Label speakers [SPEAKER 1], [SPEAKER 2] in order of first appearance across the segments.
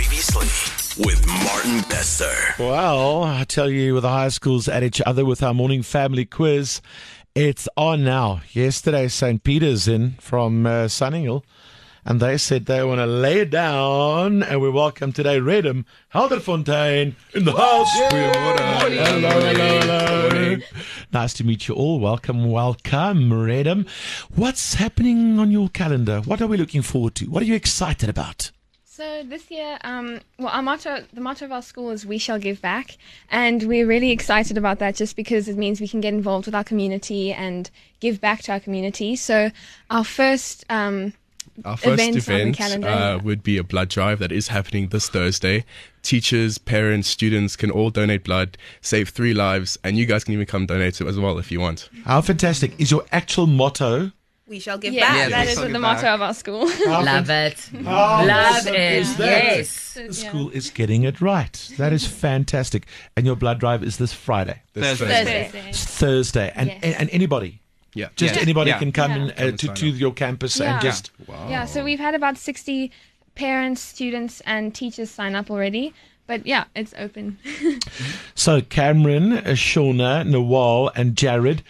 [SPEAKER 1] Seriously with Martin Besser.
[SPEAKER 2] Well, I tell you, with the high schools at each other with our morning family quiz, it's on now. Yesterday, St. Peter's in from uh, Sunninghill, and they said they want to lay down, and we welcome today Redham, Helderfontein in the house. Hello, hello, hello. Nice to meet you all. Welcome, welcome, Redham. What's happening on your calendar? What are we looking forward to? What are you excited about?
[SPEAKER 3] So this year, um, well, our motto, the motto of our school is "We shall give back," and we're really excited about that, just because it means we can get involved with our community and give back to our community. So our first, um,
[SPEAKER 4] Our first
[SPEAKER 3] event on the
[SPEAKER 4] event,
[SPEAKER 3] calendar.
[SPEAKER 4] uh, would be a blood drive that is happening this Thursday. Teachers, parents, students can all donate blood, save three lives, and you guys can even come donate as well if you want.
[SPEAKER 2] How fantastic is your actual motto?
[SPEAKER 5] We shall give
[SPEAKER 3] yeah,
[SPEAKER 5] back.
[SPEAKER 3] that
[SPEAKER 4] we
[SPEAKER 3] is
[SPEAKER 4] shall
[SPEAKER 3] the
[SPEAKER 4] give
[SPEAKER 3] motto
[SPEAKER 4] back.
[SPEAKER 3] of our school.
[SPEAKER 6] Love it. Oh,
[SPEAKER 2] How
[SPEAKER 6] Love
[SPEAKER 2] awesome
[SPEAKER 6] it.
[SPEAKER 2] is that?
[SPEAKER 6] Yes.
[SPEAKER 2] The school is getting it right. That is fantastic. And your blood drive is this Friday,
[SPEAKER 4] This
[SPEAKER 7] Thursday.
[SPEAKER 2] it's Thursday, and
[SPEAKER 3] Yes.
[SPEAKER 2] and, and anybody,
[SPEAKER 4] Yeah.
[SPEAKER 2] just
[SPEAKER 7] Yeah.
[SPEAKER 2] anybody
[SPEAKER 7] Yeah.
[SPEAKER 2] can come
[SPEAKER 3] Yeah.
[SPEAKER 2] in
[SPEAKER 4] Come
[SPEAKER 2] uh,
[SPEAKER 4] and
[SPEAKER 2] to
[SPEAKER 4] sign
[SPEAKER 2] to
[SPEAKER 4] up.
[SPEAKER 2] your campus and
[SPEAKER 3] Yeah.
[SPEAKER 2] just
[SPEAKER 4] Wow.
[SPEAKER 3] yeah, so we've had about sixty parents, students, and teachers sign up already. But yeah, it's open.
[SPEAKER 2] so Cameron, uh, Shauna, Nawal, and Jared.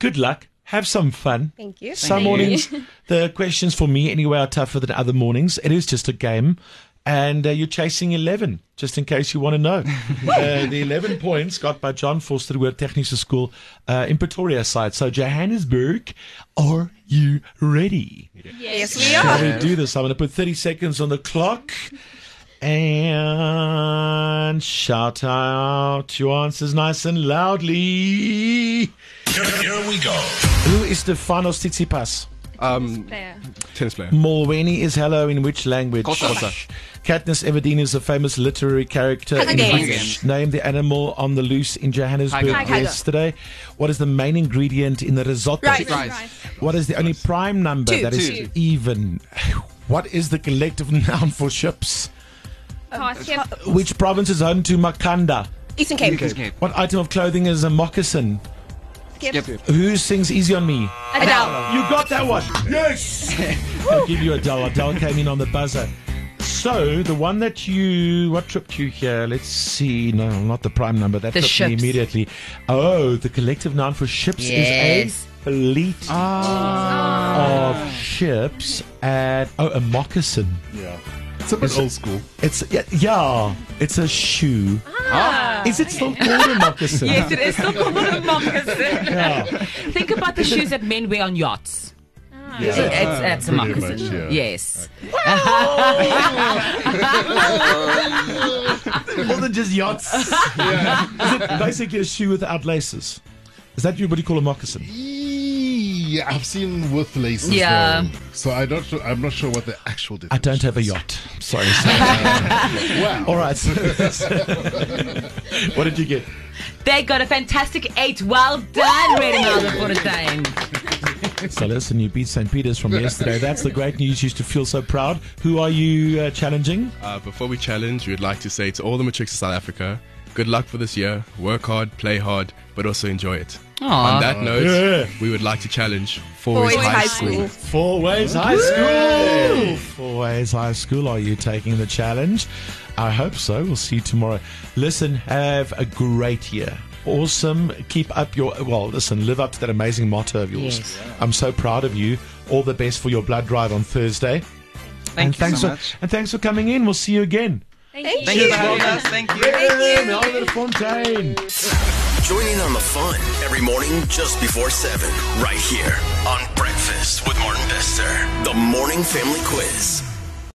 [SPEAKER 2] Good luck. Have some fun.
[SPEAKER 5] Thank you.
[SPEAKER 2] Some mornings, the questions for me anyway are tougher than other mornings. It is just a game, and uh, you're chasing 11, just in case you want to know. uh, the 11 points got by John Forster at Technische School uh, in Pretoria side. So, Johannesburg, are you ready?
[SPEAKER 5] Yes, we
[SPEAKER 2] Shall
[SPEAKER 5] are.
[SPEAKER 2] we do this? I'm going to put 30 seconds on the clock. And shout out your answers nice and loudly.
[SPEAKER 1] Here, here we go.
[SPEAKER 2] Who is the final Tsitsipas?
[SPEAKER 4] Um,
[SPEAKER 3] There.
[SPEAKER 4] tennis player.
[SPEAKER 2] Mulvaney is hello in which language?
[SPEAKER 7] Xhosa.
[SPEAKER 2] Katniss Everdeen is a famous literary character in
[SPEAKER 5] Again.
[SPEAKER 2] which name the animal on the loose in Johannesburg
[SPEAKER 7] Tiger.
[SPEAKER 5] Tiger.
[SPEAKER 2] yesterday. What is the main ingredient in the risotto?
[SPEAKER 5] Rice.
[SPEAKER 7] Rice.
[SPEAKER 2] What is the only prime number
[SPEAKER 5] Two.
[SPEAKER 2] that is
[SPEAKER 7] Two.
[SPEAKER 2] even? What is the collective noun for ships?
[SPEAKER 4] Um,
[SPEAKER 3] Pass
[SPEAKER 4] uh,
[SPEAKER 3] here.
[SPEAKER 2] Which province is home to Makanda?
[SPEAKER 5] Eastern Cape.
[SPEAKER 2] What item of clothing is a moccasin?
[SPEAKER 5] Skip.
[SPEAKER 2] Who sings Easy on Me?
[SPEAKER 5] Adele.
[SPEAKER 2] You got that one. Yes. I'll give you Adele. Adele came in on the buzzer. So the one that you what tripped you here? Let's see. No, not the prime number. That
[SPEAKER 6] The
[SPEAKER 2] tripped me
[SPEAKER 6] ships.
[SPEAKER 2] immediately. Oh, the collective noun for ships is
[SPEAKER 6] Yes.
[SPEAKER 2] a fleet of ships and oh, a moccasin.
[SPEAKER 4] It's a bit old school.
[SPEAKER 2] It's yeah, yeah it's a shoe.
[SPEAKER 6] Ah.
[SPEAKER 2] Is it still called a moccasin?
[SPEAKER 6] Yes, it is still called a moccasin.
[SPEAKER 2] Yeah.
[SPEAKER 6] Think about the shoes that men wear on yachts. It's, it's a
[SPEAKER 4] Pretty
[SPEAKER 6] moccasin.
[SPEAKER 4] much, yeah.
[SPEAKER 6] Yes.
[SPEAKER 2] More than just yachts. Is it basically a shoe without laces? Is that what you call a moccasin?
[SPEAKER 8] Yeah, I've seen with laces.
[SPEAKER 6] Yeah.
[SPEAKER 8] though. So I don't. I'm not sure what the actual.
[SPEAKER 2] I don't have a yacht. Sorry. sorry.
[SPEAKER 8] Wow.
[SPEAKER 2] All right. what did you get?
[SPEAKER 6] They got a fantastic eight. Well done, Redemilde for the time.
[SPEAKER 2] So listen, you beat St. Peter's from yesterday. That's the great news. You used to feel so proud. Who are you uh, challenging?
[SPEAKER 4] Uh, before we challenge, we would like to say to all the matrix of South Africa, good luck for this year. Work hard, play hard, but also enjoy it. On that note,
[SPEAKER 2] Yeah.
[SPEAKER 4] we would like to challenge Four Ways
[SPEAKER 5] Boys
[SPEAKER 4] High, School.
[SPEAKER 2] Four Ways High School. Four Ways High School. Are you taking the challenge? I hope so. We'll see you tomorrow. Listen, have a great year. Awesome. Keep up your well. Listen, live up to that amazing motto of yours.
[SPEAKER 6] Yes.
[SPEAKER 2] I'm so proud of you. All the best for your blood drive on Thursday.
[SPEAKER 7] Thank
[SPEAKER 2] and
[SPEAKER 7] you
[SPEAKER 2] thanks
[SPEAKER 7] so
[SPEAKER 2] for,
[SPEAKER 7] much.
[SPEAKER 2] And thanks for coming in. We'll see you again.
[SPEAKER 3] Thank you.
[SPEAKER 7] Thank you for having us. Thank you.
[SPEAKER 2] Albert Fontaine.
[SPEAKER 1] Join in on the fun every morning just before 7, right here on Breakfast with Martin Besser, the morning family quiz.